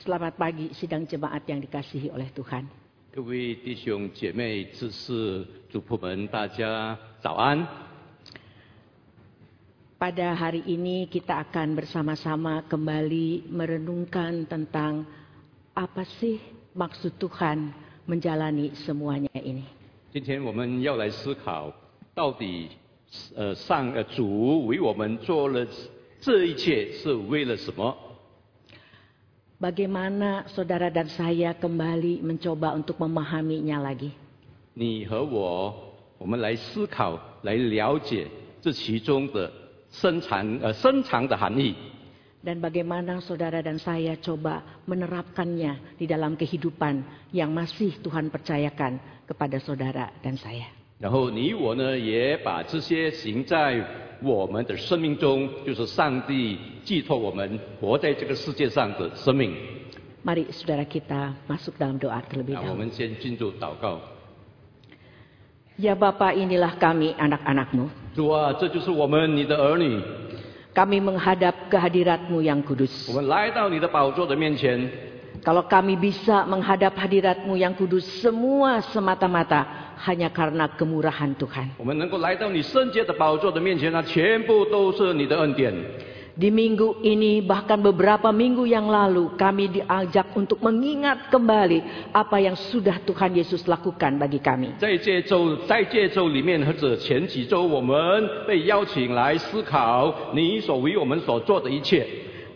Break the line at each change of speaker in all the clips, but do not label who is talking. Selamat pagi sidang jemaat yang dikasihi oleh Tuhan.
各位弟兄姐妹、知识主仆们，大家早安！
Pada hari ini kita akan bersama-sama kembali merenungkan tentang apa sih maksud Tuhan menjalani semuanya ini.
今天我们要来思考，到底呃上呃主为我们做了这一切是为了什么？
Bagaimana saudara dan saya kembali mencoba untuk memahaminya lagi.
你和我，我们来思考，来了解这其中的深藏呃深藏的含义，
Dan bagaimana saudara dan saya coba menerapkannya di dalam kehidupan yang masih Tuhan percayakan kepada saudara dan saya.
然后你我呢也把这些行在我们的生命中，就是上帝寄托我们活在这个世界上的生命。
Mari saudara kita masuk dalam doa terlebih
那
dahulu.
我们先进入祷告。
Ya Bapa inilah kami anak-anakmu.
主啊，这就是我们你的儿女，
Kami menghadap kehadiratmu yang kudus.
我们来到你的宝座的面前。
Kalau kami bisa menghadap hadiratmu yang kudus semua semata-mata hanya karena kemurahan Tuhan.
我们能够来到你圣洁的宝座的面前，那全部都是你的恩典。
Di minggu ini bahkan beberapa minggu yang lalu kami diajak untuk mengingat kembali apa yang sudah Tuhan Yesus lakukan bagi kami.
在这周，在这周里面，或者前几周，我们被邀请来思考你所为我们所做的一切。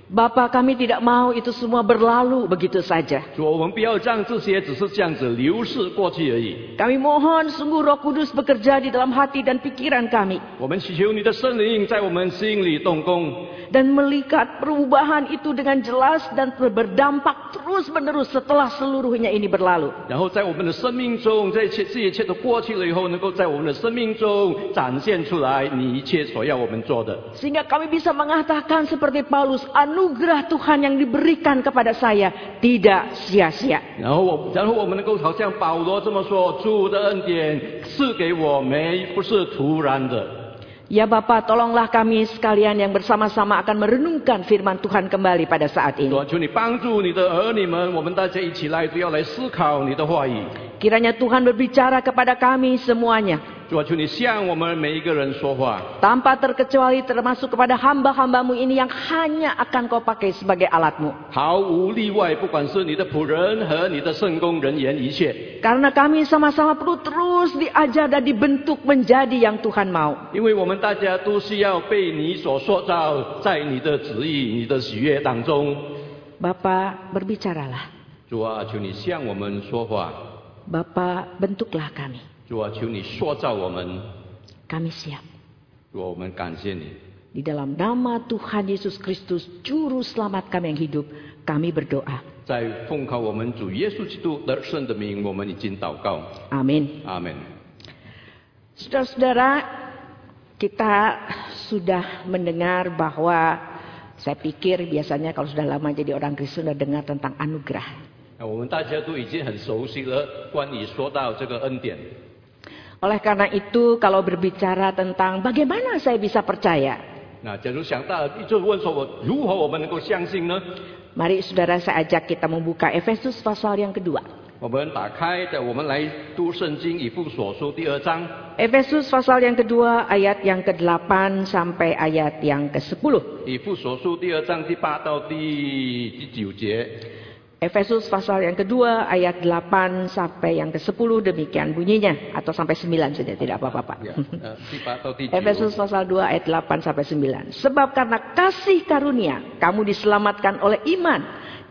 Bapa kami tidak mau itu semua berlalu begitu saja.
主啊，我们不要让这些只是这样子流逝过去而已。
Kami mohon sungguh Roh Kudus bekerja di dalam hati dan pikiran kami
我们祈求你的圣灵在我们心里动工，
dan melihat perubahan itu dengan jelas dan berdampak terus-menerus setelah seluruhnya ini berlalu.
然后在我们的生命中，这一切这一切都过去了以后，能够在我们的生命中展现出来你一切所要我们做的，
Sehingga kami bisa mengatakan seperti Paulus, anugerah Tuhan yang diberikan kepada saya tidak sia-sia.
然后我然后我们能够好像保罗这么说：主的恩典赐给我们，不是突然的。
Ya Bapak, tolonglah kami sekalian yang bersama-sama akan merenungkan firman Tuhan kembali pada saat
主
ini.
啊，求你帮助你的儿女们，我们大家一起来，都要来思考你的话语。
Kiranya Tuhan berbicara kepada kami semuanya.
主啊，求你向我们每一个人说话。
Tanpa terkecuali termasuk kepada hamba-hambamu ini yang hanya akan kau pakai sebagai alatmu.
毫无例外，不管是你的仆人和你的圣工人员，一切，
Karena kami sama-sama perlu terus diajar dan dibentuk menjadi yang Tuhan mau.
因为我们大家都需要被你所塑造，在你的旨意、你的喜悦当中。
Bapa berbicaralah.
主啊，求你向我们说话，
Bapa bentuklah kami.
主啊，求你塑造我们，
Kami siap.
主啊，我们感谢你。
Di dalam nama Tuhan Yesus Kristus, Juru Selamat kami yang hidup, kami berdoa.
在奉靠我们主耶稣基督的圣的名，我们已经祷告，
Amin.
阿门。
Saudara-saudara, kita sudah mendengar bahwa saya pikir biasanya kalau sudah lama jadi orang Kristen sudah dengar tentang anugerah.
那我们大家都已经很熟悉了，关于说到这个恩典，
Oleh karena itu, kalau berbicara tentang bagaimana saya bisa percaya,
那假如想到一直问说我如何我们能够相信呢？
mari saudara saya ajak kita membuka Efesus pasal yang kedua.
我们打开的，我们来读圣经以父所书第二章，
Efesus pasal yang kedua ayat yang ke-8 sampai ayat yang ke-10.
以父所书第二章第八到第第九节。
Efesus pasal yang kedua ayat 8 sampai yang ke-10 demikian bunyinya atau sampai 9 saja tidak apa-apa Pak.
呀呃，第八到第
Efesus
九。
pasal 2 ayat 8 sampai 9. Sebab karena kasih karunia kamu diselamatkan oleh iman.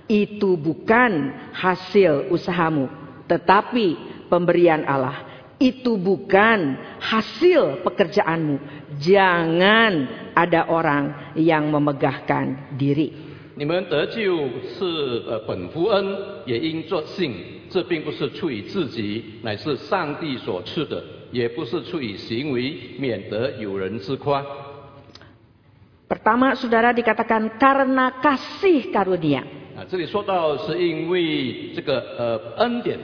Itu bukan hasil usahamu, tetapi pemberian Allah. Itu bukan hasil pekerjaanmu. Jangan ada orang yang memegahkan diri.
你们得救是呃本乎恩，也因作信，这并不是出于自己，乃是上帝所赐的，也不是出于行为，免得有人自夸。啊
Pertama, saudara dikatakan karena kasih karunia.
啊，这里说到是因为这个呃恩典，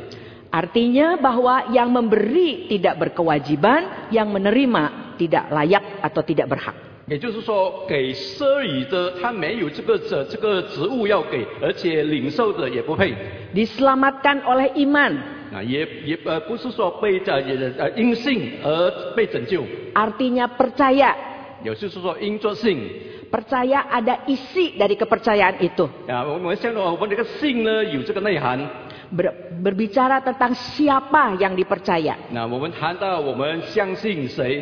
Artinya bahwa yang memberi tidak berkewajiban, yang menerima tidak layak atau tidak berhak.
也就是说，给施予的他没有这个这这个职务要给，而且领受的也不配
Diselamatkan oleh iman
啊，也也呃不是说被呃也呃因信而被拯救，
artinya percaya.
也就是说因着信
Percaya ada isi dari kepercayaan itu.
啊，我们现在我们这个信呢有这个内涵。
Ber- berbicara tentang siapa yang dipercaya,
那啊我们谈到我们相信谁，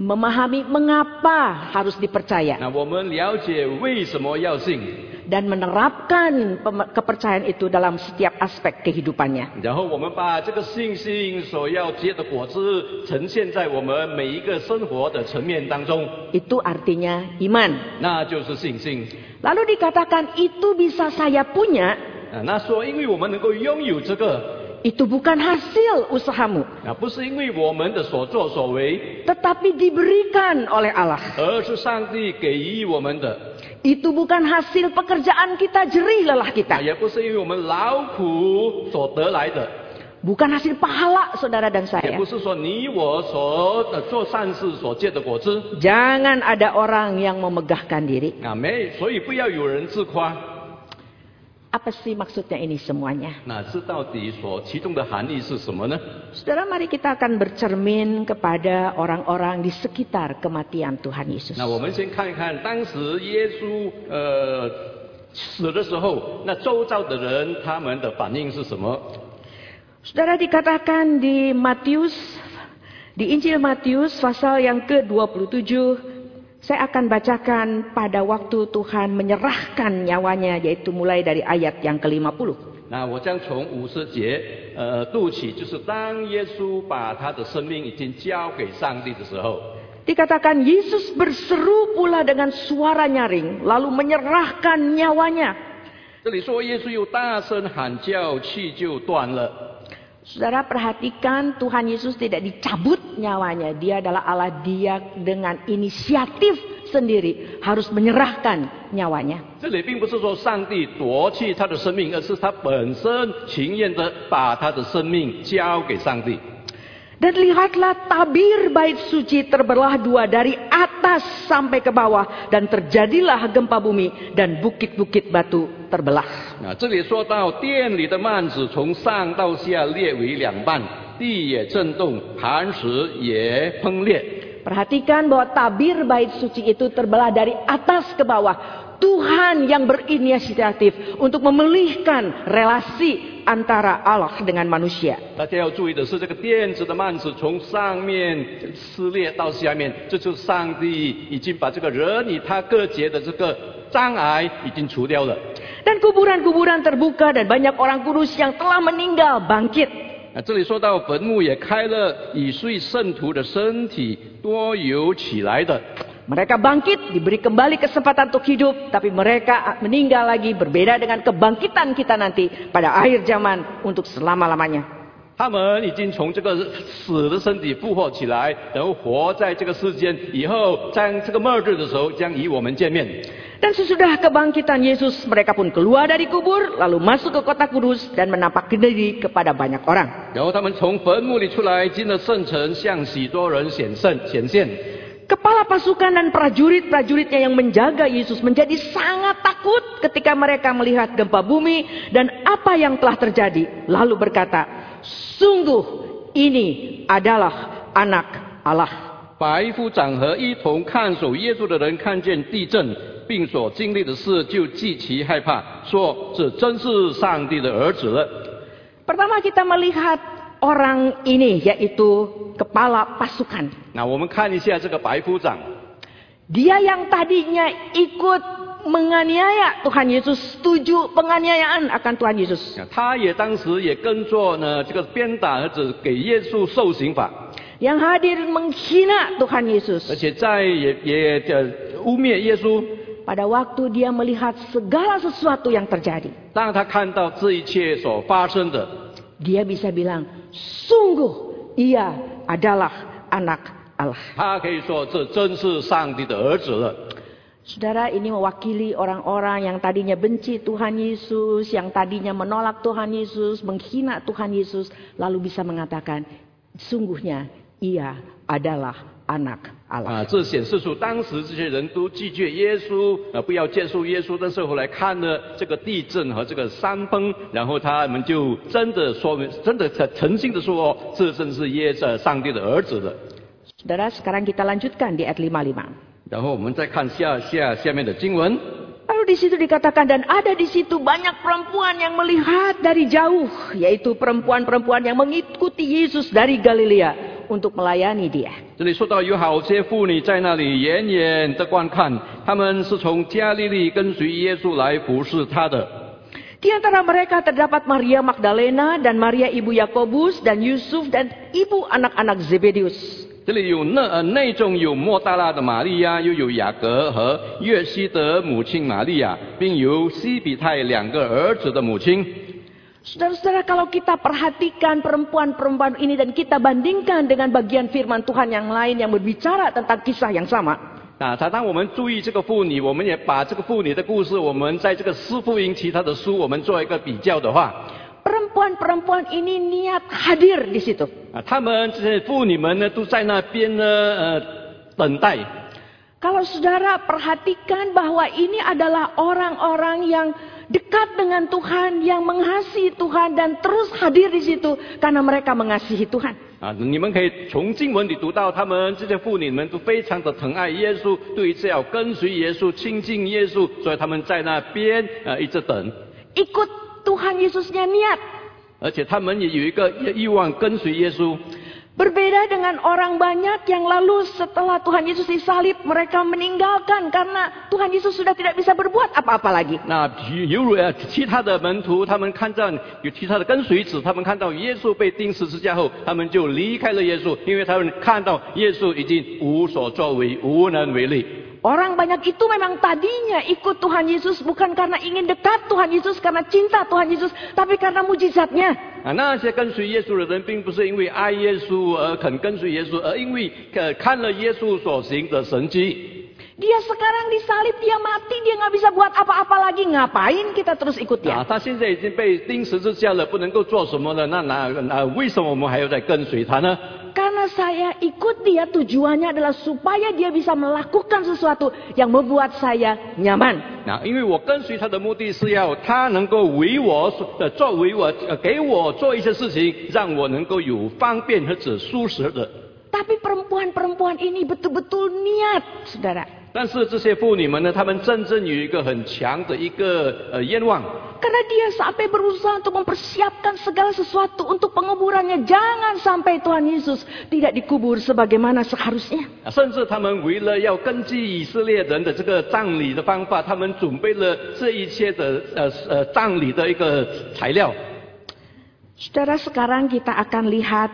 memahami mengapa harus dipercaya
啊那我们了解为什么要信，
dan menerapkan pem- kepercayaan itu dalam setiap aspek kehidupannya.
然后我们把这个信心所要结的果子呈现在我们每一个生活的层面当中，
Itu artinya iman.
那就是信心。
Lalu dikatakan itu bisa saya punya,
啊，那说因为我们能够拥有这个，
itu bukan hasil usahamu,
啊，不是因为我们的所作所为，
tetapi diberikan oleh Allah.
而是上帝给予我们的，
Itu bukan hasil pekerjaan kita jerih lelah
啊，
kita.
也不是因为我们劳苦所得来的，
Bukan hasil pahala saudara dan
也
saya.
不是说你我所呃做善事所结的果子。
Jangan ada orang yang memegahkan diri.
啊，没，所以不要有人自夸。
Apa sih maksudnya ini semuanya?
那这到底所其中的含义是什么呢？
Saudara, mari kita akan bercermin kepada orang-orang di sekitar kematian Tuhan Yesus.
那我们先看一看当时耶稣呃死的时候，那周遭的人他们的反应是什么？
Saudara dikatakan di Matius di Injil Matius pasal yang ke-27 saya akan bacakan pada waktu Tuhan menyerahkan nyawanya yaitu mulai dari ayat yang ke-50.
那我将从五十节呃读起，就是当耶稣把他的生命已经交给上帝的时候，
Dikatakan Yesus berseru pula dengan suara nyaring lalu menyerahkan nyawanya.
这里说耶稣又大声喊叫，气就断了。
Saudara perhatikan Tuhan Yesus tidak dicabut nyawanya. Dia adalah Allah dia dengan inisiatif sendiri harus menyerahkan nyawanya.
这里并不是说上帝夺去他的生命，而是他本身情愿的把他的生命交给上帝。
Dan lihatlah tabir bait suci terbelah dua dari atas sampai ke bawah dan terjadilah gempa bumi dan bukit-bukit batu terbelah.
啊，这里说到殿里的幔子从上到下裂为两半，地也震动，磐石也崩裂。
Perhatikan bahwa tabir bait suci itu terbelah dari atas ke bawah. Tuhan yang berinisiatif untuk memulihkan relasi antara Allah dengan manusia.
大家要注意的是，这个垫子的幔子从上面撕裂到下面，这就是上帝已经把这个人与他各结的这个障碍已经除掉了。
Dan kuburan-kuburan terbuka dan banyak orang kudus yang telah meninggal bangkit.
啊，这里说到坟墓也开了，以睡圣徒的身体多有起来的。
Mereka bangkit, diberi kembali kesempatan untuk hidup, tapi mereka meninggal lagi berbeda dengan kebangkitan kita nanti pada akhir zaman untuk selama-lamanya.
他们已经从这个死的身体复活起来，然后活在这个世间，以后在这个末日的时候将与我们见面。
Dan sesudah kebangkitan Yesus, mereka pun keluar dari kubur, lalu masuk ke kota kudus dan menampakkan diri kepada banyak orang.
然后他们从坟墓里出来，进了圣城，向许多人显圣显现。
Kepala pasukan dan prajurit-prajuritnya yang menjaga Yesus menjadi sangat takut ketika mereka melihat gempa bumi dan apa yang telah terjadi. Lalu berkata, sungguh ini adalah anak Allah.
白夫长和一同看守耶稣的人看见地震，并所经历的事，就极其害怕，说：“这真是上帝的儿子了。”
Pertama kita melihat orang ini yaitu kepala pasukan.
那我们看一下这个白夫长，
Dia yang tadinya ikut menganiaya Tuhan Yesus, setuju penganiayaan akan Tuhan Yesus.
他也当时也跟着呢这个鞭打儿子给耶稣受刑罚，
Yang hadir menghina Tuhan Yesus.
而且在也也呃污蔑耶稣。
Pada waktu dia melihat segala sesuatu yang terjadi,
当他看到这一切所发生的，
dia bisa bilang, sungguh ia adalah anak Allah.
他可以说这真是上帝的儿子了。
Saudara, ini mewakili orang-orang yang tadinya benci Tuhan Yesus, yang tadinya menolak Tuhan Yesus, menghina Tuhan Yesus, lalu bisa mengatakan, sungguhnya ia adalah anak Allah.
啊，这显示出当时这些人都拒绝耶稣，啊，不要接受耶稣。但是后来看了这个地震和这个山崩，然后他们就真的说明，真的诚诚心的说，哦这真是耶呃上帝的儿子的。
Saudara, sekarang kita lanjutkan di ayat 55.
然后我们再看下下下面的经文，
Lalu di situ dikatakan dan ada di situ banyak perempuan yang melihat dari jauh, yaitu perempuan-perempuan yang mengikuti Yesus dari Galilea untuk melayani dia.
这里说到有好些妇女在那里远远的观看，她们是从加利利跟随耶稣来服侍他的。
Di antara mereka terdapat Maria Magdalena dan Maria ibu Yakobus dan Yusuf dan ibu anak-anak Zebedius.
这里有内呃内中有莫大拉的玛利亚，又有雅各和约西德母亲玛利亚，并有西比泰两个儿子的母亲。
Saudara-saudara, kalau kita perhatikan perempuan-perempuan ini dan kita bandingkan dengan bagian firman Tuhan yang lain yang berbicara tentang kisah yang sama,
啊，常常我们注意这个妇女，我们也把这个妇女的故事，我们在这个四福音其他的书，我们做一个比较的话，
perempuan-perempuan ini niat hadir di situ.
啊，她们这些妇女们呢，都在那边呢，呃，等待。
Kalau saudara perhatikan bahwa ini adalah orang-orang yang dekat dengan Tuhan, yang mengasihi Tuhan dan terus hadir di situ karena mereka mengasihi Tuhan.
啊，你们可以从经文里读到，她们这些妇女们都非常的疼爱耶稣，对于这要跟随耶稣、亲近耶稣，所以她们在那边呃一直等。
Ikut Tuhan Yesusnya niat.
而且他们也有一个欲望跟随耶稣。
Berbeda dengan orang banyak yang lalu setelah Tuhan Yesus disalib, mereka meninggalkan karena Tuhan Yesus sudah tidak bisa berbuat apa-apa lagi.
那犹如呃其他的门徒，他们看到有其他的跟随者，他们看到耶稣被钉十字架后，他们就离开了耶稣，因为他们看到耶稣已经无所作为，无能为力。
Orang banyak itu memang tadinya ikut Tuhan Yesus bukan karena ingin dekat Tuhan Yesus, karena cinta Tuhan Yesus, tapi karena mujizatnya.
啊，那些跟随耶稣的人，并不是因为爱耶稣而肯跟随耶稣，而因为呃看了耶稣所行的神迹。
Dia sekarang disalib, dia mati, dia nggak bisa buat apa-apa lagi. Ngapain kita terus ikut dia?
啊他现在已经被钉十字架了，不能够做什么了。那那那为什么我们还要再跟随他呢？
Karena saya ikut dia tujuannya adalah supaya dia bisa melakukan sesuatu yang membuat saya nyaman.
那啊因为我跟随他的目的是要他能够为我呃作为我呃给我做一些事情，让我能够有方便和者舒适的。
Tapi perempuan-perempuan ini betul-betul niat, saudara.
但是这些妇女们呢，她们真正有一个很强的一个呃愿望，
Karena dia sampai berusaha untuk mempersiapkan segala sesuatu untuk penguburannya. Jangan sampai Tuhan Yesus tidak dikubur sebagaimana seharusnya.
啊甚至她们为了要根据以色列人的这个葬礼的方法，她们准备了这一切的呃呃葬礼的一个材料。
Saudara, sekarang kita akan lihat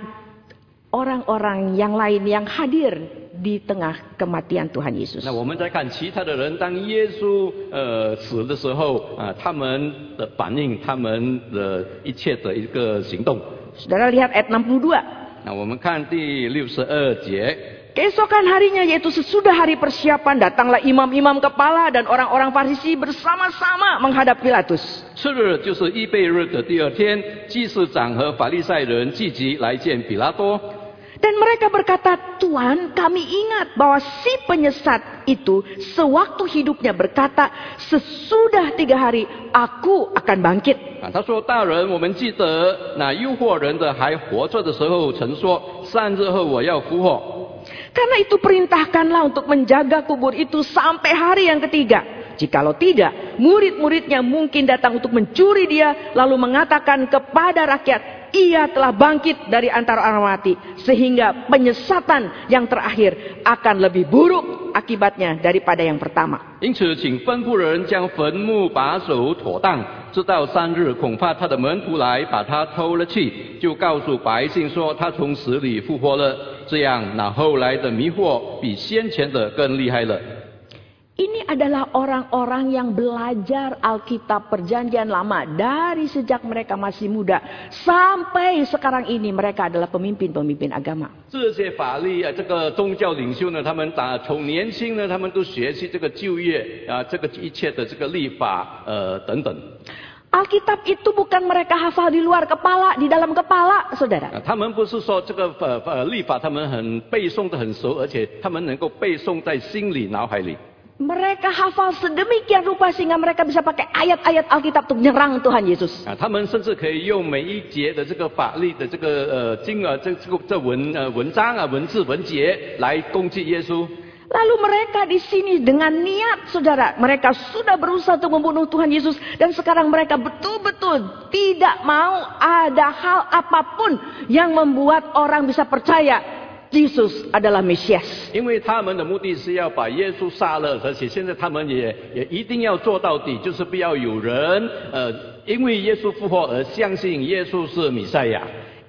orang-orang yang lain yang hadir di tengah kematian Tuhan Yesus.
那我们再看其他的人，当耶稣呃死的时候啊、他们的反应，他们的一切的一个行动。
Saudara lihat ayat 62.
那我们看第六十二节，
Keesokan harinya yaitu sesudah hari persiapan datanglah imam-imam kepala dan orang-orang Farisi bersama-sama menghadap Pilatus.
次日就是预备日的第二天，祭司长和法利赛人聚集来见比拉多。
Dan mereka berkata, Tuhan kami ingat bahwa si penyesat itu sewaktu hidupnya berkata, sesudah tiga hari aku akan bangkit.
啊，他说：“大人，我们记得那诱惑人的还活着的时候，曾说三日后我要复活。
Karena itu perintahkanlah untuk menjaga kubur itu sampai hari yang ketiga. Jikalau tidak, murid-muridnya mungkin datang untuk mencuri dia, lalu mengatakan kepada rakyat, ia telah bangkit dari antara orang mati, sehingga penyesatan yang terakhir akan lebih buruk akibatnya daripada yang pertama.
因此，请吩咐人将坟墓把守妥当，直到三日，恐怕他的门徒来把他偷了去，就告诉百姓说他从死里复活了。这样，那后来的迷惑比先前的更厉害了。
Ini adalah orang-orang yang belajar Alkitab Perjanjian Lama dari sejak mereka masih muda sampai sekarang ini mereka adalah pemimpin-pemimpin agama.
这些法律啊，这个宗教领袖呢，他们打从年轻呢，他们都学习这个就业啊，这个一切的这个立法呃等等。
Alkitab itu bukan mereka hafal di luar kepala, di dalam kepala, saudara.
啊，他们不是说这个呃呃律法，他们很背诵的很熟，而且他们能够背诵在心里脑海里。
Mereka hafal sedemikian rupa sehingga mereka bisa pakai ayat-ayat Alkitab untuk nyerang Tuhan Yesus.
啊，他们甚至可以用每一节的这个法律的这个呃经啊，这这个这文呃文章啊文字文节来攻击耶稣。
Lalu mereka di sini dengan niat, saudara, mereka sudah berusaha untuk membunuh Tuhan Yesus dan sekarang mereka betul-betul tidak mau ada hal apapun yang membuat orang bisa percaya Yesus adalah Mesias.
因为他们的目的是要把耶稣杀了，而且现在他们也也一定要做到底，就是不要有人呃因为耶稣复活而相信耶稣是弥赛亚。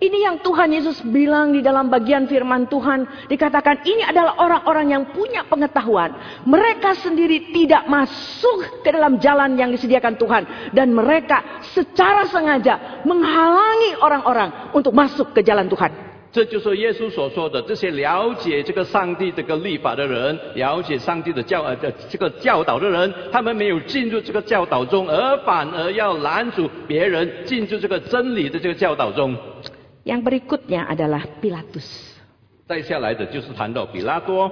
Ini yang Tuhan Yesus bilang di dalam bagian firman Tuhan. Dikatakan ini adalah orang-orang yang punya pengetahuan. Mereka sendiri tidak masuk ke dalam jalan yang disediakan Tuhan. Dan mereka secara sengaja menghalangi orang-orang untuk masuk ke jalan Tuhan.
这就是耶稣所说的，这些了解这个上帝这个律法的人，了解上帝的教呃这这个教导的人，他们没有进入这个教导中，而反而要拦阻别人进入这个真理的这个教导中。
Yang berikutnya adalah Pilatus.
再下来的就是谈到比拉多，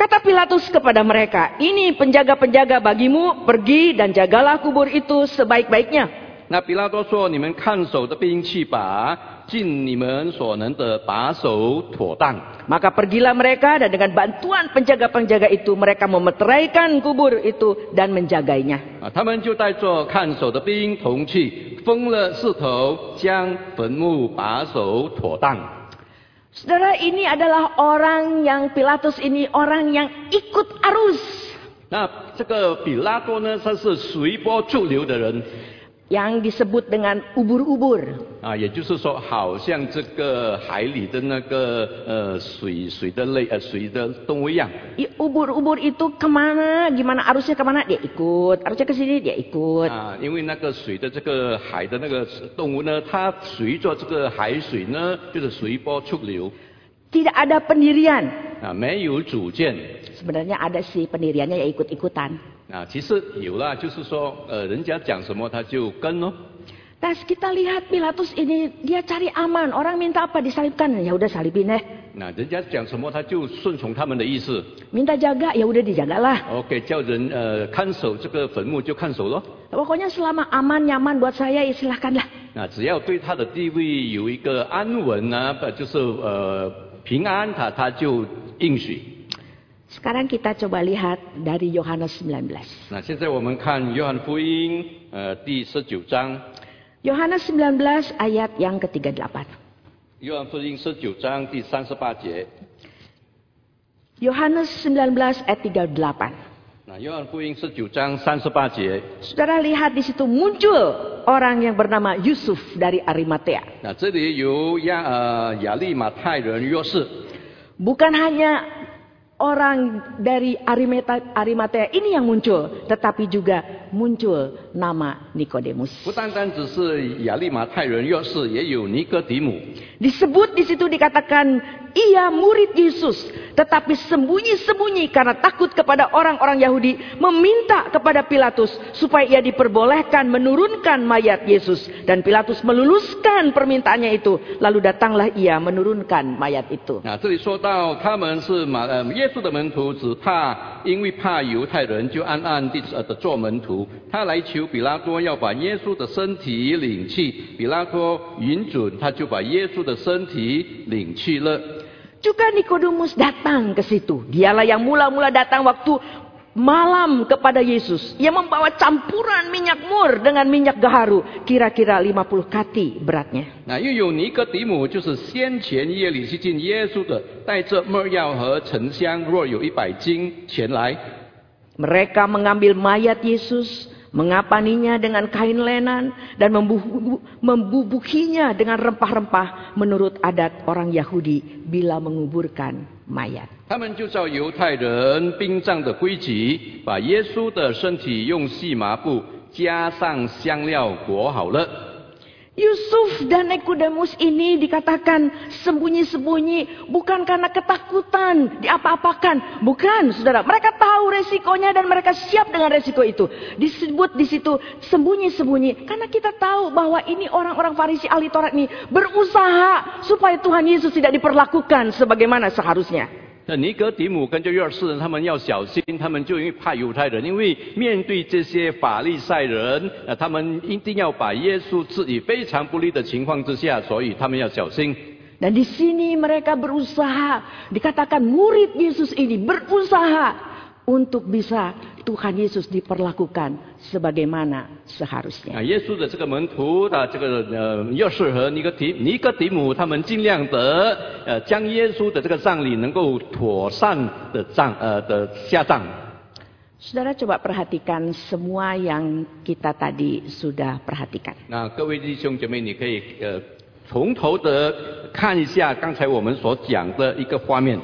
Kata Pilatus kepada mereka, ini penjaga-penjaga bagimu, pergi dan jagalah kubur itu sebaik-baiknya.
那比拉多说：“你们看守的兵器吧，尽你们所能的把守妥当。
Maka pergilah mereka dan dengan bantuan penjaga-penjaga itu mereka memeteraikan kubur itu dan menjagainya. ”
啊，他们就带着看守的兵铜器，封了四头，将坟墓把守妥当。
Saudara ini adalah orang yang Pilatus ini orang yang ikut arus.
那这个比拉多呢，他是随波逐流的人
Yang disebut dengan ubur-ubur.
啊，也就是说，好像这个海里的那个呃水水的类呃水的动物一样。
I- Ubur-ubur itu kemana, gimana arusnya kemana, dia ikut. Arusnya ke sini, dia ikut.
啊，因为那个水的这个海的那个动物呢，它随着这个海水呢，就是随波逐流
Tidak ada pendirian.
啊，没有主见
Sebenarnya ada sih pendiriannya ya ikut-ikutan.
啊。其实有啦，就是说，呃，人家讲什么他就跟咯。
Tas Nah, kita lihat Pilatus ini dia cari aman. Orang minta apa disalibkan, ya udah salibin deh.
那啊人家讲什么他就顺从他们的意思。
Minta jaga ya udah dijagalah.
OK，叫人呃看守这个坟墓就看守咯。
Pokoknya selama aman nyaman buat saya ya silahkanlah.
那啊只要对他的地位有一个安稳呢、不就是呃平安他，他就应许。
Sekarang kita coba lihat dari Yohanes 19.
那现在我们看约翰福音呃第十九章，
Yohanes 19 ayat yang ke-38.
约翰福音十九章第三十八节。
Yohanes 19 ayat 38.
那约翰福音十九章三十八节，
Saudara lihat di situ muncul orang yang bernama Yusuf dari Arimatea.
那这里由亚呃亚利马太人约瑟，
Bukan hanya orang dari Arimeta- Arimatea ini yang muncul, tetapi juga muncul nama Nikodemus.
不单单只是亚利马太人约瑟，也有尼哥底母。
Disebut di situ dikatakan ia murid Yesus, tetapi sembunyi-sembunyi karena takut kepada orang-orang Yahudi, meminta kepada Pilatus supaya ia diperbolehkan menurunkan mayat Yesus dan Pilatus meluluskan permintaannya itu. Lalu datanglah ia menurunkan mayat itu.
那啊这里说到他们是马呃耶稣的门徒，只怕因为怕犹太人，就暗暗地呃的做门徒。他来求比拉多要把耶稣的身体领去，比拉多允准，他就把耶稣的身体领去了。
Juga Nikodemus datang ke situ. Dialah yang mula-mula datang waktu malam kepada Yesus. Ia membawa campuran minyak mur dengan minyak gaharu, kira-kira 50 kati beratnya.
那又有尼哥底母，就是先前夜里去见耶稣的，带着没药和沉香，若有一百斤前来。
Mereka mengambil mayat Yesus, mengapaninya dengan kain lenan, dan membu- membubukinya dengan rempah-rempah menurut adat orang Yahudi bila menguburkan mayat.
他们就照犹太人殡葬的规矩，把耶稣的身体用细麻布加上香料裹好了。
Yusuf dan Nikodemus ini dikatakan sembunyi-sembunyi bukan karena ketakutan diapa-apakan, bukan Saudara. Mereka tahu resikonya dan mereka siap dengan resiko itu. Disebut di situ sembunyi-sembunyi karena kita tahu bahwa ini orang-orang Farisi ahli Taurat ini berusaha supaya Tuhan Yesus tidak diperlakukan sebagaimana seharusnya.
那尼格迪姆跟这约尔斯人，他们要小心，他们就因为怕犹太人，因为面对这些法利赛人，呃，他们一定要把耶稣置于非常不利的情况之下，所以他们要小心。
Dan di sini mereka berusaha, dikatakan murid Yesus ini berusaha untuk bisa Tuhan Yesus diperlakukan sebagaimana
啊，
seharusnya.
耶稣的这个门徒啊，这个呃约瑟和尼哥提尼哥底母，他们尽量的呃将耶稣的这个葬礼能够妥善的葬呃的下葬。
Saudara coba perhatikan semua yang kita tadi sudah perhatikan.
那各位弟兄姐妹，你可以呃从头的看一下刚才我们所讲的一个画面。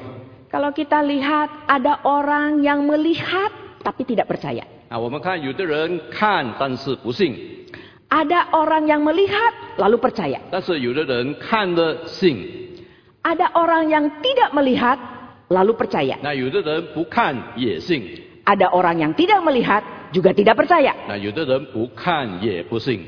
Kalau kita lihat ada orang yang melihat tapi tidak percaya.
啊，我们看有的人看，但是不信；
Ada orang yang melihat lalu percaya.
但是有的人看了信。
Ada orang yang tidak melihat lalu percaya.
那有的人不看也信，
Ada orang yang tidak melihat juga tidak percaya.
那有的人不看也不信。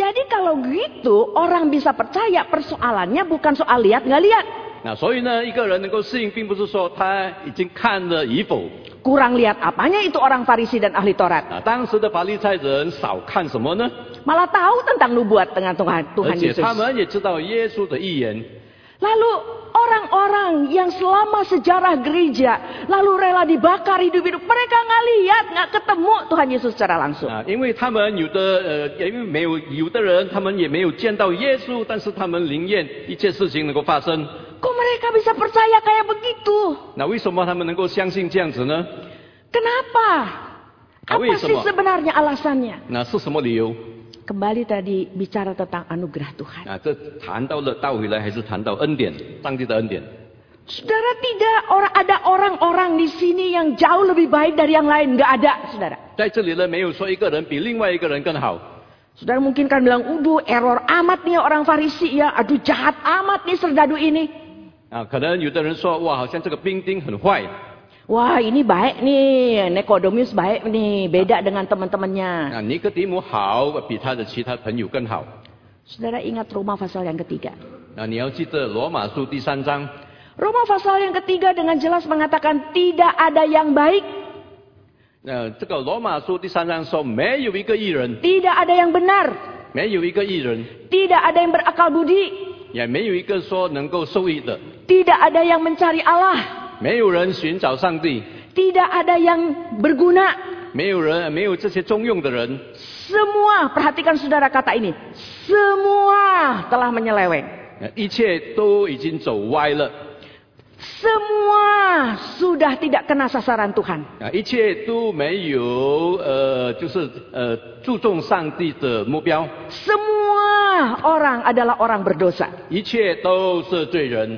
Jadi kalau gitu orang bisa percaya persoalannya bukan soal lihat nggak lihat.
那所以呢，一个人能够信，并不是说他已经看了与否。
Kurang lihat apanya itu orang Farisi dan ahli Taurat.
啊，当时的法利赛人少看什么呢？
Malah tahu tentang nubuat dengan Tuhan,
而
Tuhan
且
Yesus.
他们也知道耶稣的预言。
Lalu orang-orang yang selama sejarah gereja lalu rela dibakar hidup-hidup. Mereka nggak lihat, nggak ketemu Tuhan Yesus secara langsung.
啊，因为他们有的呃，因为没有有的人，他们也没有见到耶稣，但是他们宁愿一切事情能够发生。
Kok mereka bisa percaya kayak begitu?
那为什么他们能够相信这样子呢？
Kenapa?
Tapi
Apa sih
semua-
sebenarnya alasannya?
那是什么理由？
Kembali tadi bicara tentang anugerah Tuhan.
啊，这谈到了倒回来，还是谈到恩典，上帝的恩典。
Saudara tidak orang ada orang-orang di sini yang jauh lebih baik dari yang lain, nggak ada, saudara.
在这里呢，没有说一个人比另外一个人更好。
Saudara mungkin kan bilang, uduh error amat nih orang Farisi ya, aduh jahat amat nih serdadu ini.
啊，可能有的人说，哇，好像这个兵丁很坏，
Wah ini baik nih, Nekodomius baik nih, beda dengan teman-temannya.
啊，尼哥底母好，比他的其他朋友更好。
Saudara ingat Roma pasal yang ketiga.
啊，你要记得罗马书第三章，
Roma pasal yang ketiga dengan jelas mengatakan tidak ada yang baik,
呃，这个罗马书第三章说，没有一个艺人，
tidak ada yang benar,
没有一个艺人，
tidak ada yang berakal budi,
也没有一个说能够受益的，
tidak ada yang mencari Allah,
没有人寻找上帝，
tidak ada yang berguna,
没有人，没有这些中用的人，
Semua, perhatikan saudara kata ini, semua telah menyeleweng.
呃一切都已经走歪了，
Semua sudah tidak kena sasaran Tuhan.
啊，一切都没有呃，就是呃，注重上帝的目标，
Semua orang adalah orang berdosa.
一切都是罪人。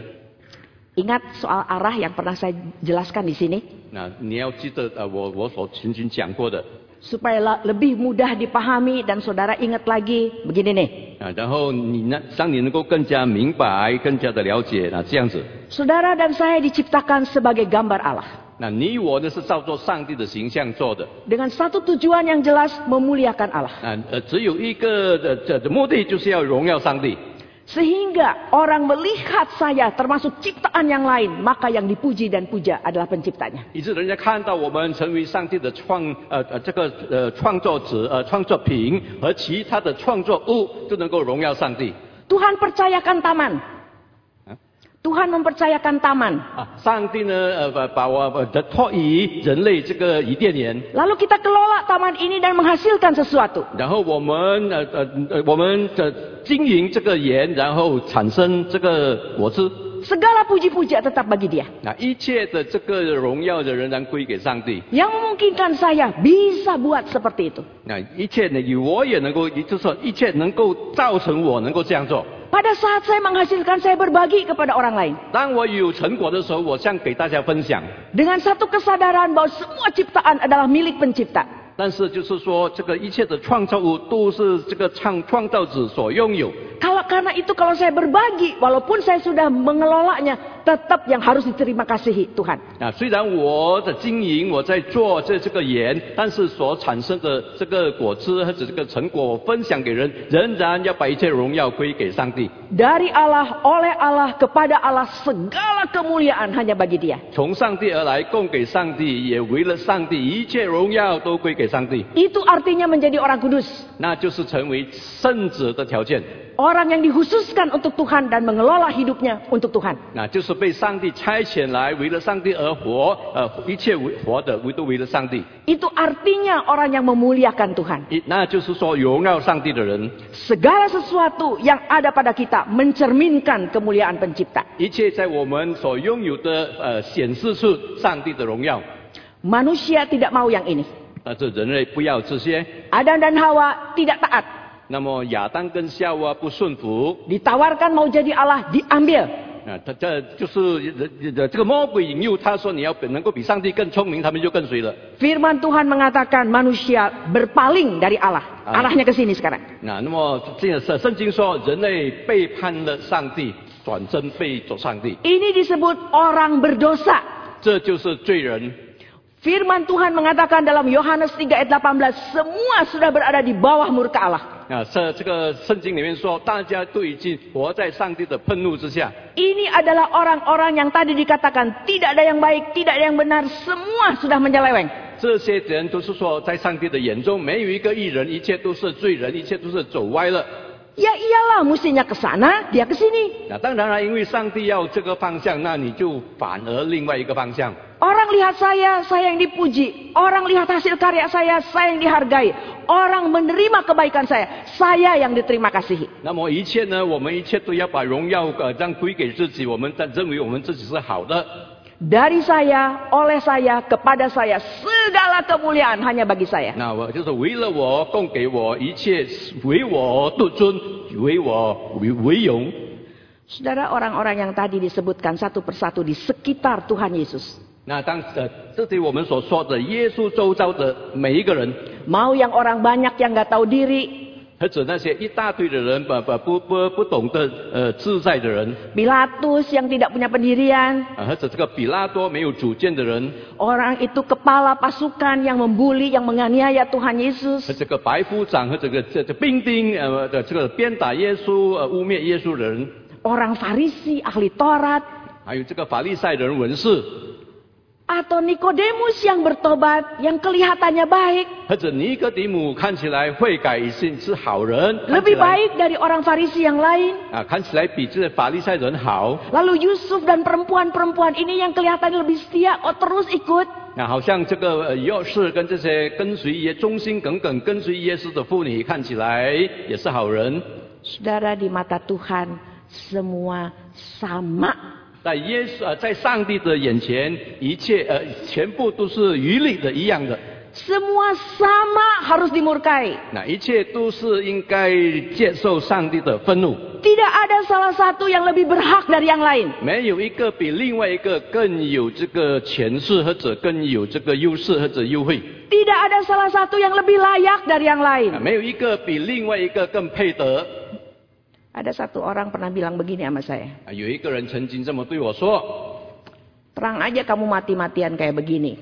Ingat soal arah yang pernah saya jelaskan di sini,
那啊你要记得呃，我我所曾经讲过的
supaya la- lebih mudah dipahami dan saudara ingat lagi begini nih.
啊，然后你呢，让你能够更加明白、更加的了解啊，这样子。
Saudara dan saya diciptakan sebagai gambar Allah
那你我呢是照做上帝的形象做的
dengan satu tujuan yang jelas memuliakan Allah.
啊，呃，只有一个的这的目的就是要荣耀上帝。
Sehingga orang melihat saya termasuk ciptaan yang lain, maka yang dipuji dan puja adalah penciptanya.
以致人家看到我们成为上帝的创呃呃这个呃创作者呃创作品和其他的创作物，就能够荣耀上帝
Tuhan percayakan taman.
Hah?
Tuhan mempercayakan taman.
啊！上帝呢呃把把我呃的托于人类这个伊甸园，
Lalu kita kelola taman ini dan menghasilkan sesuatu.
然后我们呃呃呃我们的经营这个园，然后产生这个果子。
Segala puji-puja tetap bagi dia.
那一切的这个荣耀的仍然归给上帝。
Yang memungkinkan saya bisa buat seperti itu.
那一切呢，以我也能够，也就是说，一切能够造成我能够这样做。
Pada saat saya menghasilkan, saya berbagi kepada orang lain.
当我有成果的时候，我想给大家分享。
Dengan satu kesadaran bahwa semua ciptaan adalah milik pencipta.
但是就是说，这个一切的创造物都是这个创创造者所拥有。
Kalau karena itu kalau saya berbagi, walaupun saya sudah mengelolanya, tetap yang harus diterima kasihi Tuhan.
啊，虽然我的经营，我在做这这个盐，但是所产生的这个果汁或者这个成果，我分享给人，仍然要把一切荣耀归给上帝。
Dari Allah, oleh Allah, kepada Allah, segala kemuliaan hanya bagi Dia.
从上帝而来，供给上帝，也为了上帝，一切荣耀都归给上帝，
Itu artinya menjadi orang kudus,
那就是成为圣子的条件，
orang yang dikhususkan untuk Tuhan dan mengelola hidupnya untuk Tuhan.
那就是被上帝差遣来，为了上帝而活，呃，一切为活的唯都为了上帝，
Itu artinya orang yang memuliakan Tuhan.
一那就是说荣耀上帝的人，
Segala sesuatu yang ada pada kita mencerminkan kemuliaan Pencipta.
一切在我们所拥有的，呃，显示出上帝的荣耀。
Manusia tidak mau yang ini.
但是人类不要啊这些，
Adam dan Hawa tidak taat.
那么亚当跟夏娃不顺服，
Ditawarkan mau jadi Allah, diambil.
啊，他这就是人这个魔鬼引诱他说你要能够比上帝更聪明，他们就跟随了。
Firman Tuhan mengatakan manusia berpaling dari Allah.
Ah.
Arahnya ke sini sekarang.
啊那那么这个圣圣经说人类背叛了上帝，转身背走上帝，
Ini disebut orang berdosa.
这就是罪人。
Firman Tuhan mengatakan dalam Yohanes 3 ayat 18, semua sudah berada di bawah murka Allah.
啊，这这个圣经里面说，大家都已经活在上帝的愤怒之下。
Ini adalah orang-orang yang tadi dikatakan tidak ada yang baik, tidak ada yang benar, semua sudah menyeleweng.
这些人都是说，在上帝的眼中，没有一个艺人，一切都是罪人，一切都是走歪了。
Ya iyalah, mestinya ke sana, dia ke sini.
那当然了，因为上帝要这个方向，那你就反而另外一个方向。
Orang lihat saya, saya yang dipuji. Orang lihat hasil karya saya, saya yang dihargai. Orang menerima kebaikan saya, saya yang diterima kasihi.
那么一切呢，我们一切都要把荣耀呃让归给自己，我们但认为我们自己是好的。
Dari saya, oleh saya, kepada saya, segala kemuliaan hanya bagi saya.
那我就是为了我供给我一切，为我度尊，为我为为荣。
Saudara orang-orang yang tadi disebutkan satu persatu di sekitar Tuhan Yesus.
那当呃，这是我们所说的耶稣周遭的每一个人，
Mau yang orang banyak yang gak tahu diri,
或者那些一大堆的人，不不不不不懂得呃自在的人，
Pilatus yang tidak punya pendirian,
啊，或者这个比拉多没有主见的人，
orang itu kepala pasukan yang membuli, yang menganiaya Tuhan Yesus.
这个白夫长和这个这这兵丁呃的这个鞭打耶稣呃污蔑耶稣的人，
Orang Farisi, ahli Taurat,
还有这个法利赛人文士，
atau Nikodemus yang bertobat, yang kelihatannya baik,
或者尼哥底母看起来会改信是好人，看起
lebih
来
baik dari orang Farisi yang lain.
啊看起来比这个法利赛人好，
Lalu Yusuf dan perempuan-perempuan ini yang kelihatannya lebih setia, oh terus ikut.
那啊好像这个呃约瑟跟这些跟随耶忠心耿耿跟随耶稣的妇女看起来也是好人，
Saudara di mata Tuhan semua sama.
在耶稣呃在上帝的眼前，一切呃全部都是余力的一样的。
Semua sama harus dimurkai.
那一切都是应该接受上帝的愤怒，
Tidak ada salah satu yang lebih berhak dari yang lain.
没有一个比另外一个更有这个权势或者更有这个优势或者优惠，
Tidak ada salah satu yang lebih layak dari yang
啊
lain.
没有一个比另外一个更配得。
Ada satu orang pernah bilang begini sama saya.
啊有一个人曾经这么对我说：，
Terang aja kamu mati-matian kayak begini.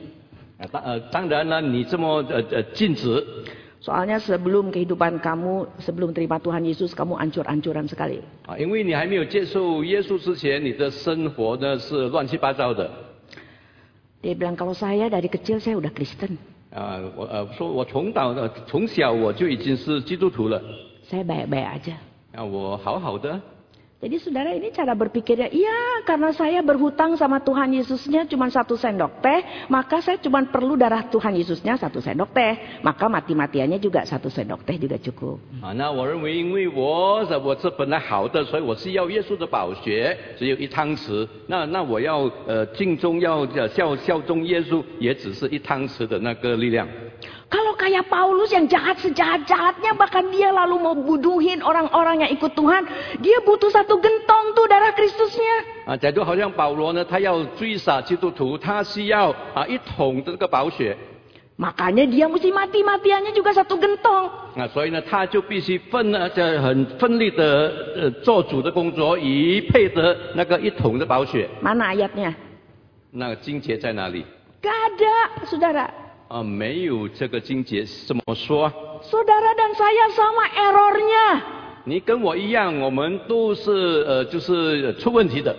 啊当呃当然了，你这么呃呃禁止，
Soalnya sebelum kehidupan kamu, sebelum terima Tuhan Yesus, kamu ancur-ancuran sekali.
啊，因为你还没有接受耶稣之前，你的生活呢是乱七八糟的。
Dia bilang, kalau saya dari kecil saya udah Kristen.
啊，我呃说我从小呃从小我就已经是基督徒了，
Saya baik-baik aja.
啊，我好好的。
Jadi saudara ini cara berpikirnya, iya karena saya berhutang sama Tuhan Yesusnya cuma satu sendok teh, maka saya cuma perlu darah Tuhan Yesusnya satu sendok teh, maka mati-matiannya juga satu sendok teh juga cukup.
啊，那我认为，因为我我是本来好的，所以我是要耶稣的宝血，只有一汤匙。那那我要呃尽忠要呃效效忠耶稣，也只是一汤匙的那个力量。
Kalau kayak Paulus yang jahat sejahat-jahatnya bahkan dia lalu mau bunuhin orang-orang yang ikut Tuhan, dia butuh satu gentong tuh darah Kristusnya.
啊，假如好像保罗呢，他要追杀基督徒，他需要啊一桶的这个宝血。
Makanya dia mesti mati-matiannya juga satu gentong.
啊，所以呢，他就必须奋呢，这很奋力的呃做主的工作，以配得那个一桶的宝血。
Mana ayatnya?
那个金节在哪里？
Gak ada, saudara.
啊，没有这个金节怎么说啊？
Saudara dan saya sama errornya.
你跟我一样，我们都是呃，就是呃出问题的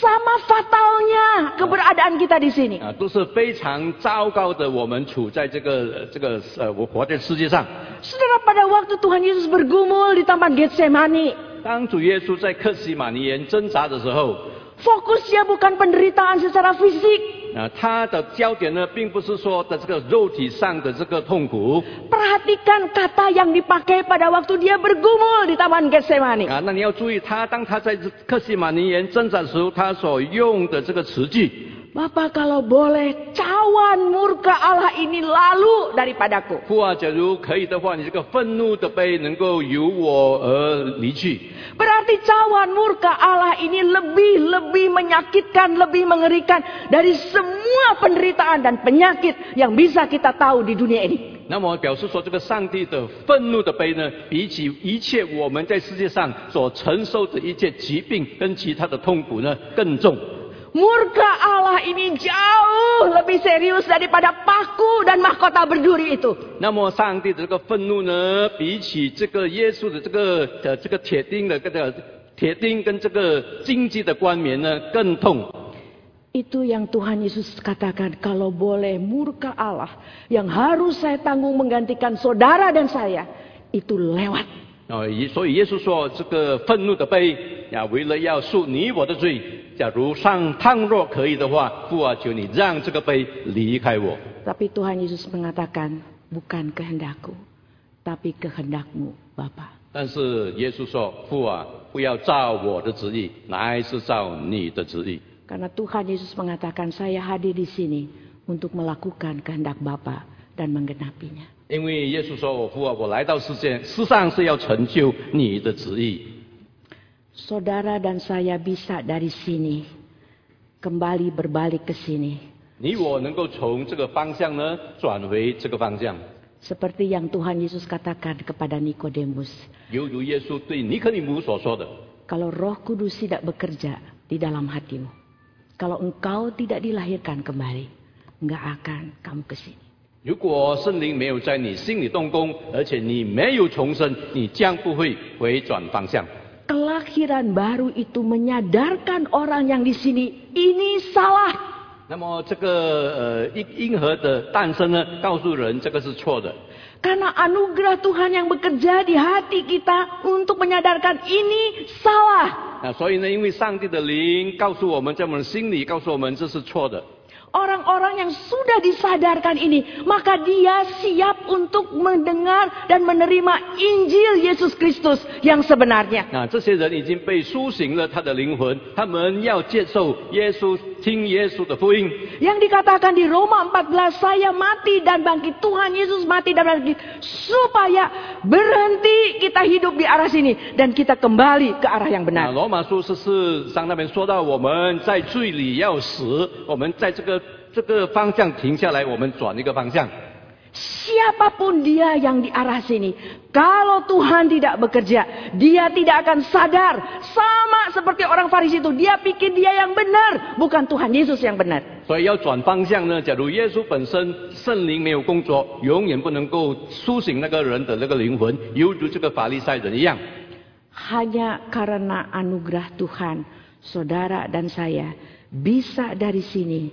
Sama fatalnya keberadaan kita di sini.
啊，都是非常糟糕的。我们处在这个呃这个呃，我活在世界上。
Saudara pada waktu Tuhan Yesus bergumul di taman Getsemani,
当主耶稣在克西马尼园挣扎的时候，
fokusnya bukan penderitaan secara fisik.
啊，他的焦点呢，并不是说的这个肉体上的这个痛苦
Perhatikan kata yang dipakai pada waktu dia bergumul di taman Getsemani.
啊，那你要注意他，当他在克西马尼园挣扎的时候，他所用的这个词句，
Bapak kalau boleh cawan murka Allah ini lalu daripadaku.
父啊，假如可以的话，你这个愤怒的杯能够由我而离去。
Berarti cawan murka Allah ini lebih lebih menyakitkan, lebih mengerikan dari semua penderitaan dan penyakit yang bisa kita tahu di dunia ini.
那么表示说，这个上帝的愤怒的杯呢，比起一切我们在世界上所承受的一切疾病跟其他的痛苦呢，更重。
Murka Allah ini jauh lebih serius daripada paku dan mahkota berduri itu.
那么上帝的这个愤怒呢，比起这个耶稣的这个呃这个铁钉的这个铁钉跟这个荆棘的冠冕呢，更痛。
Itu yang Tuhan Yesus katakan, kalau boleh murka Allah yang harus saya tanggung menggantikan saudara dan saya, itu lewat.
哦，以所以耶稣说，这个愤怒的杯啊，为了要恕你我的罪，假如上倘若可以的话，父啊，求你让这个杯离开我。
Tapi Tuhan Yesus mengatakan, bukan kehendakku, tapi kehendakmu Bapa.
但是耶稣说：“父啊，不要照我的旨意，乃是照你的旨意。
Karena Tuhan Yesus mengatakan, saya hadir di sini untuk melakukan kehendak Bapa dan menggenapinya. ”
因为耶稣说：“我父啊，我来到世间，世上是要成就你的旨意。
Saudara dan saya bisa dari sini kembali berbalik ke sini
你我能够从这个方向呢转回这个方向，
seperti yang Tuhan Yesus katakan kepada Nikodemus,
犹如耶稣对尼科尼姆所说的
kalau Roh Kudus tidak bekerja di dalam hatimu, kalau engkau tidak dilahirkan kembali, nggak akan kamu ke sini.：‘
如果圣灵没有在你心里动工，而且你没有重生，你将不会回转方向。’”
Kelahiran baru itu menyadarkan orang yang di sini ini salah.
那么这个呃婴婴儿的诞生呢，告诉人这个是错的。
Karena anugerah Tuhan yang bekerja di hati kita untuk menyadarkan ini salah.
啊，所以呢，因为上帝的灵告诉我们，在我们的心里告诉我们这是错的。
Orang-orang yang sudah disadarkan ini, maka dia siap untuk mendengar dan menerima Injil Yesus Kristus yang sebenarnya.
啊，这些人已经被苏醒了他的灵魂，他们要接受耶稣，听耶稣的福音。
Yang dikatakan di Roma 14, saya mati dan bangkit, Tuhan Yesus mati dan bangkit, supaya berhenti kita hidup di arah sini dan kita kembali ke arah yang
那
benar.
啊罗马书十四章那边说到，我们在罪里要死，我们在这个这个方向停下来，我们转一个方向。
Siapapun dia yang di arah sini, kalau Tuhan tidak bekerja, dia tidak akan sadar. Sama seperti orang Farisi itu, dia pikir dia yang benar, bukan Tuhan Yesus yang benar.
所以要转方向呢，假如耶稣本身圣灵没有工作，永远不能够苏醒那个人的那个灵魂，犹如这个法利赛人一样。
Hanya karena anugerah Tuhan, saudara dan saya bisa dari sini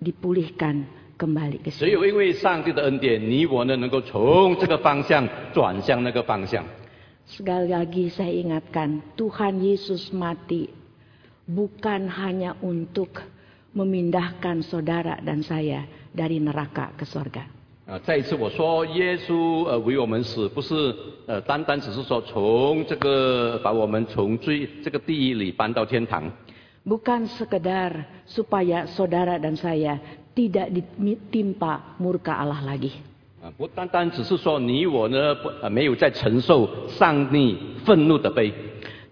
dipulihkan kembali ke
只
sini.
有因为上帝的恩典，你我呢能够从这个方向转向那个方向。
Sekali lagi saya ingatkan, Tuhan Yesus mati bukan hanya untuk memindahkan saudara dan saya dari neraka ke sorga.
啊，再一次我说，耶稣呃为我们死，不是呃单单只是说从这个把我们从最这个地狱里搬到天堂，
Bukan sekedar supaya saudara dan saya tidak ditimpa murka Allah lagi.
啊不单单只是说你我呢不、呃、没有在承受上帝愤怒的杯。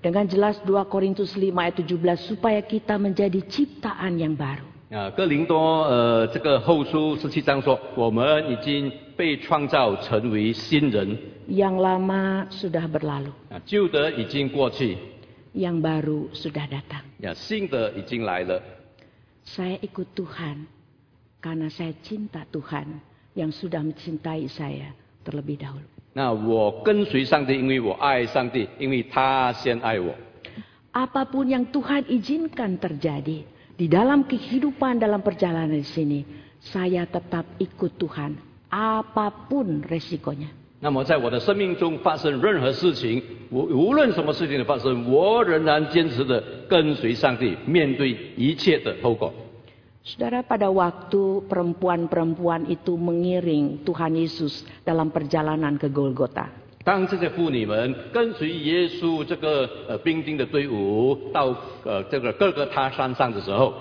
Dengan jelas 2 Korintus 5 ayat 17 supaya kita menjadi ciptaan yang baru.
啊，哥林多呃，这个后书十七章说，我们已经被创造成为新人，
Yang lama sudah berlalu,
啊，旧的已经过去，
yang baru sudah datang.
啊，新的已经来了。
Saya ikut Tuhan karena saya cinta Tuhan yang sudah mencintai saya terlebih dahulu.
那我跟随上帝，因为我爱上帝，因为他先爱我。
Apapun yang Tuhan izinkan terjadi di dalam kehidupan dalam perjalanan di sini, saya tetap ikut Tuhan apapun resikonya.
那么在我的生命中发生任何事情，我无论什么事情的发生，我仍然坚持的跟随上帝，面对一切的后果。
Saudara, pada waktu perempuan-perempuan itu mengiring Tuhan Yesus dalam perjalanan ke Golgota,
当这些妇女们跟随耶稣这个呃兵丁的队伍到呃这个各个他山上的时候，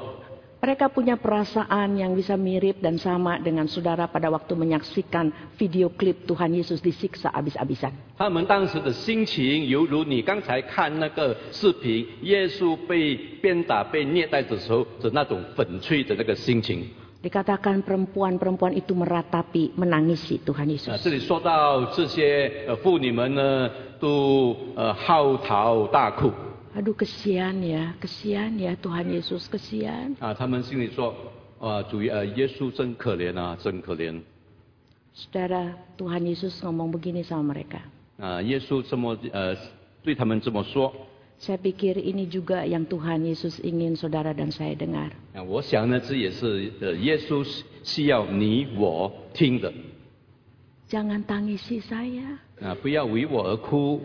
mereka punya perasaan yang bisa mirip dan sama dengan saudara pada waktu menyaksikan video klip Tuhan Yesus disiksa abis-abisan.
他们当时的心情犹如你刚才看那个视频，耶稣被鞭打、被虐待的时候的那种粉碎的那个心情。
Dikatakan perempuan-perempuan itu meratapi, menangisi Tuhan
啊，
Yesus.
这里说到这些呃妇女们呢，都呃嚎啕大哭
Aduh kesian ya, kesian ya Tuhan Yesus, kesian.
啊，他们心里说，啊主耶呃耶稣真可怜啊，真可怜
Saudara, Tuhan Yesus ngomong begini sama mereka.
啊，耶稣这么呃对他们这么说
Saya pikir ini juga yang Tuhan Yesus ingin saudara dan saya dengar.
啊，我想呢这也是呃耶稣需需要你我听的
Jangan tangisi saya.
啊，不要为我而哭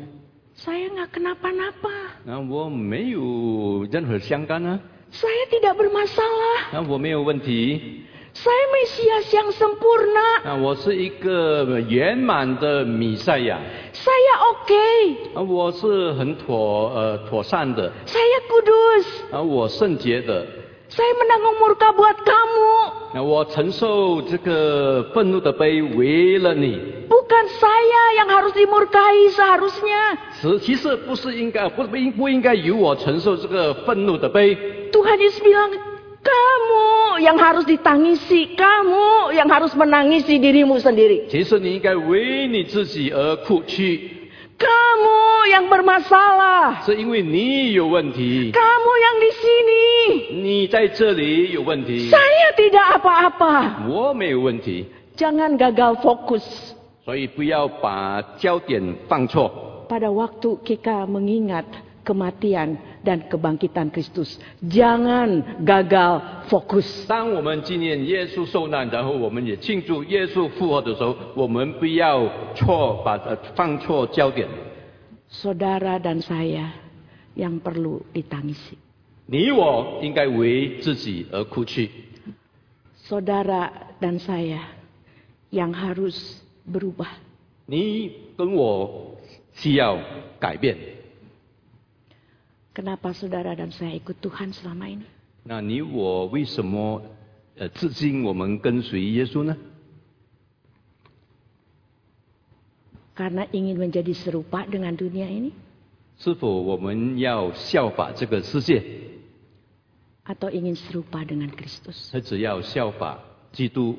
Saya nggak kenapa-napa.
啊，我没有任何相干啊，
Saya tidak bermasalah.
啊我没有问题
Saya Mesias yang sempurna.
啊，我是一个圆满的弥赛亚。
Saya oke.
啊，我是很妥呃妥善的，
Saya kudus.
啊，我圣洁的，
Saya menanggung murka buat kamu.
啊，我承受这个愤怒的杯，为了你。
Bukan saya yang harus dimurkai seharusnya.
实其实不是应该，不不应不应该由我承受这个愤怒的杯，
Tuhan Yesus bilang, kamu yang harus ditangisi, kamu yang harus menangisi dirimu sendiri.
其实你应该为你自己而哭泣，
Kamu yang bermasalah.
是因为你有问题，
Kamu yang di sini.
你在这里有问题，
Saya tidak apa-apa.
我没有问题，
Jangan gagal fokus.
所以不要把焦点放错。
Pada waktu kita mengingat kematian dan kebangkitan Kristus, jangan gagal fokus.
当我们纪念耶稣受难，然后我们也庆祝耶稣复活的时候，我们不要错把呃放错焦点。
Saudara dan saya yang perlu ditangisi.
你我应该为自己而哭泣，
Saudara dan saya yang harus berubah.
你跟我需要改变。
Kenapa saudara dan saya ikut Tuhan selama ini?
那你我为什么呃至今我们跟随耶稣呢？
Karena ingin menjadi serupa dengan dunia ini?
是否我们要效法这个世界，
Atau ingin serupa dengan Kristus?
还只要效法基督？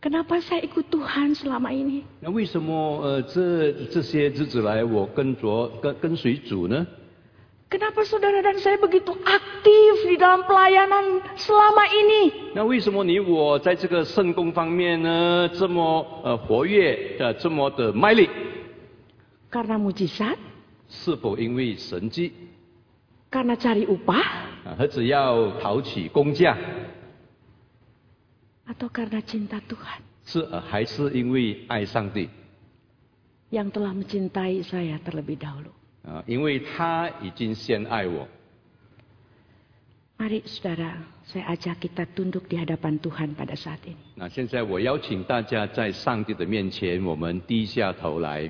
Kenapa saya ikut Tuhan selama ini?
那为什么呃这这些日子来我跟着跟跟随主呢？
Kenapa saudara dan saya begitu aktif di dalam pelayanan selama ini?
那为什么你我在这个圣功方面呢这么呃活跃呃这么的卖力？
Karena mujizat?
是否因为神迹
Karena cari upah?
啊，何止要讨取工价？
Atau karena cinta Tuhan
是呃还是因为爱上帝
yang telah mencintai saya terlebih dahulu?
啊？因为他已经先爱我。
Mari saudara, saya ajak kita tunduk di hadapan Tuhan pada saat ini.
那现在我邀请大家在上帝的面前，我们低下头来。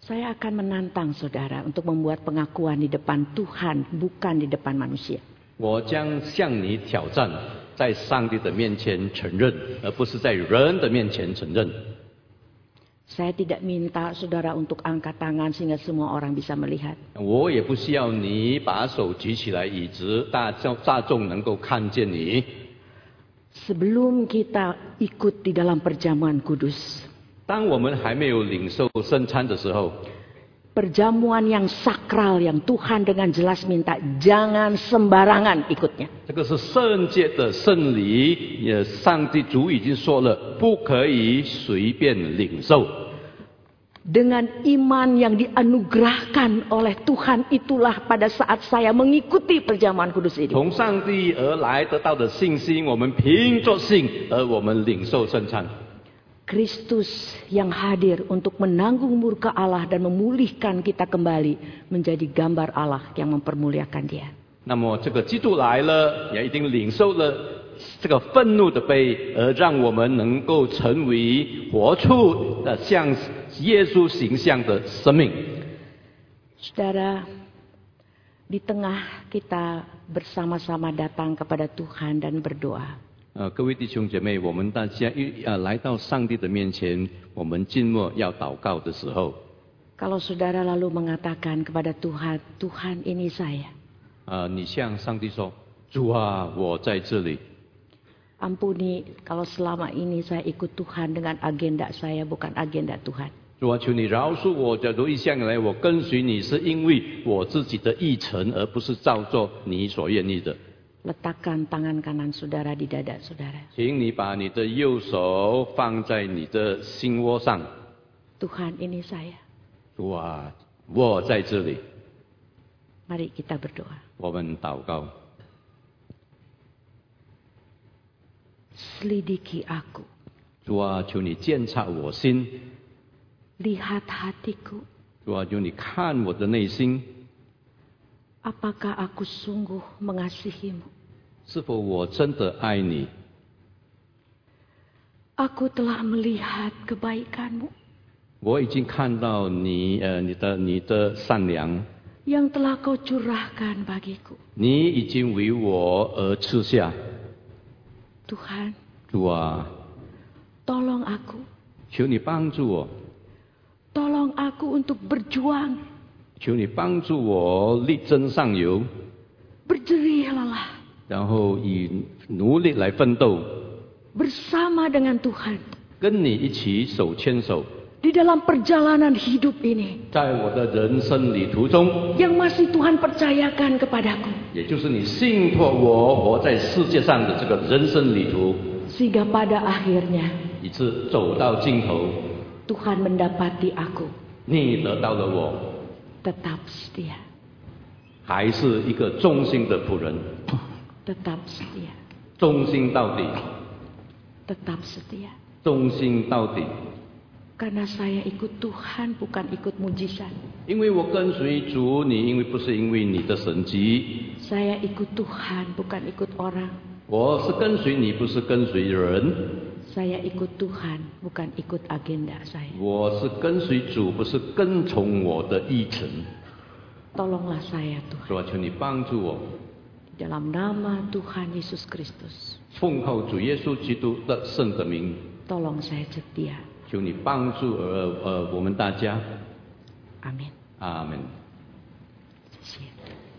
Saya akan menantang saudara untuk membuat pengakuan di depan Tuhan, bukan di depan manusia.
我将向你挑战，在上帝的面前承认，而不是在人的面前承认。
Saya tidak minta saudara untuk angkat tangan sehingga semua orang bisa melihat.
我也不需要你把手举起来，以致大众大众能够看见你。
Sebelum kita ikut di dalam perjamuan kudus,
当我们还没有领受圣餐的时候，
perjamuan yang sakral yang Tuhan dengan jelas minta jangan sembarangan ikutnya.
这个是圣界的圣礼，也上帝主已经说了，不可以随便领受。
Dengan iman yang dianugerahkan oleh Tuhan itulah pada saat saya mengikuti perjamuan kudus ini.
从上帝而来得到的信心，我们凭着信而我们领受圣餐。
Kristus yang hadir untuk menanggung murka Allah dan memulihkan kita kembali menjadi gambar Allah yang mempermuliakan dia.
那么这个基督来了，也已经领受了这个愤怒的杯，而让我们能够成为活出呃像耶稣形象的生命。
Saudara, di tengah kita bersama-sama datang kepada Tuhan dan berdoa.
呃，各位弟兄姐妹，我们大家一呃来到上帝的面前，我们静默要祷告的时候，
Kalau saudara lalu mengatakan kepada Tuhan, Tuhan ini saya,
呃，你向上帝说：“主啊，我在这里，
ampuni kalau selama ini saya ikut Tuhan dengan agenda saya bukan agenda Tuhan.
主啊，求你饶恕我。假如一向以来我跟随你，是因为我自己的意程，而不是照做你所愿意的。
Letakkan tangan kanan saudara di dada saudara.
请你把你的右手放在你的心窝上。
Tuhan ini saya.
主啊，我在这里，
Mari kita berdoa.
我们祷告。
Selidiki aku.
主啊，求你鉴察我心。
Lihat hatiku.
主啊，求你看我的内心，
Apakah aku sungguh mengasihimu?
是否我真的爱你？
Aku telah melihat kebaikanmu
我已经看到你，呃，你的你的善良，
yang telah kau curahkan bagiku.
你已经为我而赐下。
Tuhan,
主啊，
tolong aku.
求你帮助我，
Tolong aku untuk berjuang,
求你帮助我力争上游，
berjerih lelah
然后以努力来奋斗，
bersama dengan Tuhan
跟你一起手牵手，
di dalam perjalanan hidup ini
在我的人生旅途中，
yang masih Tuhan percayakan kepadaku
也就是你信托我活在世界上的这个人生旅途，
sehingga pada akhirnya
以致走到尽头，
Tuhan mendapati aku
你得到了我，
tetap setia,
还是一个忠心的仆人，
tetap setia,
忠心到底，
tetap setia.
忠心到底。
Karena saya ikut Tuhan bukan ikut mujizat.
因为我跟随主，你因为不是因为你的神迹，
Saya ikut Tuhan bukan ikut orang.
我是跟随你，不是跟随人；
Saya ikut Tuhan bukan ikut agenda saya.
我是跟随主，不是跟从我的意程。
Tolonglah saya Tuhan.
主啊，求你帮助我，
Di Dalam nama Tuhan Yesus Kristus,
奉靠主耶稣基督的圣的名，
tolong saya setia.
求你帮助呃呃我们大家，
Amin.
阿门。
Terima kasih.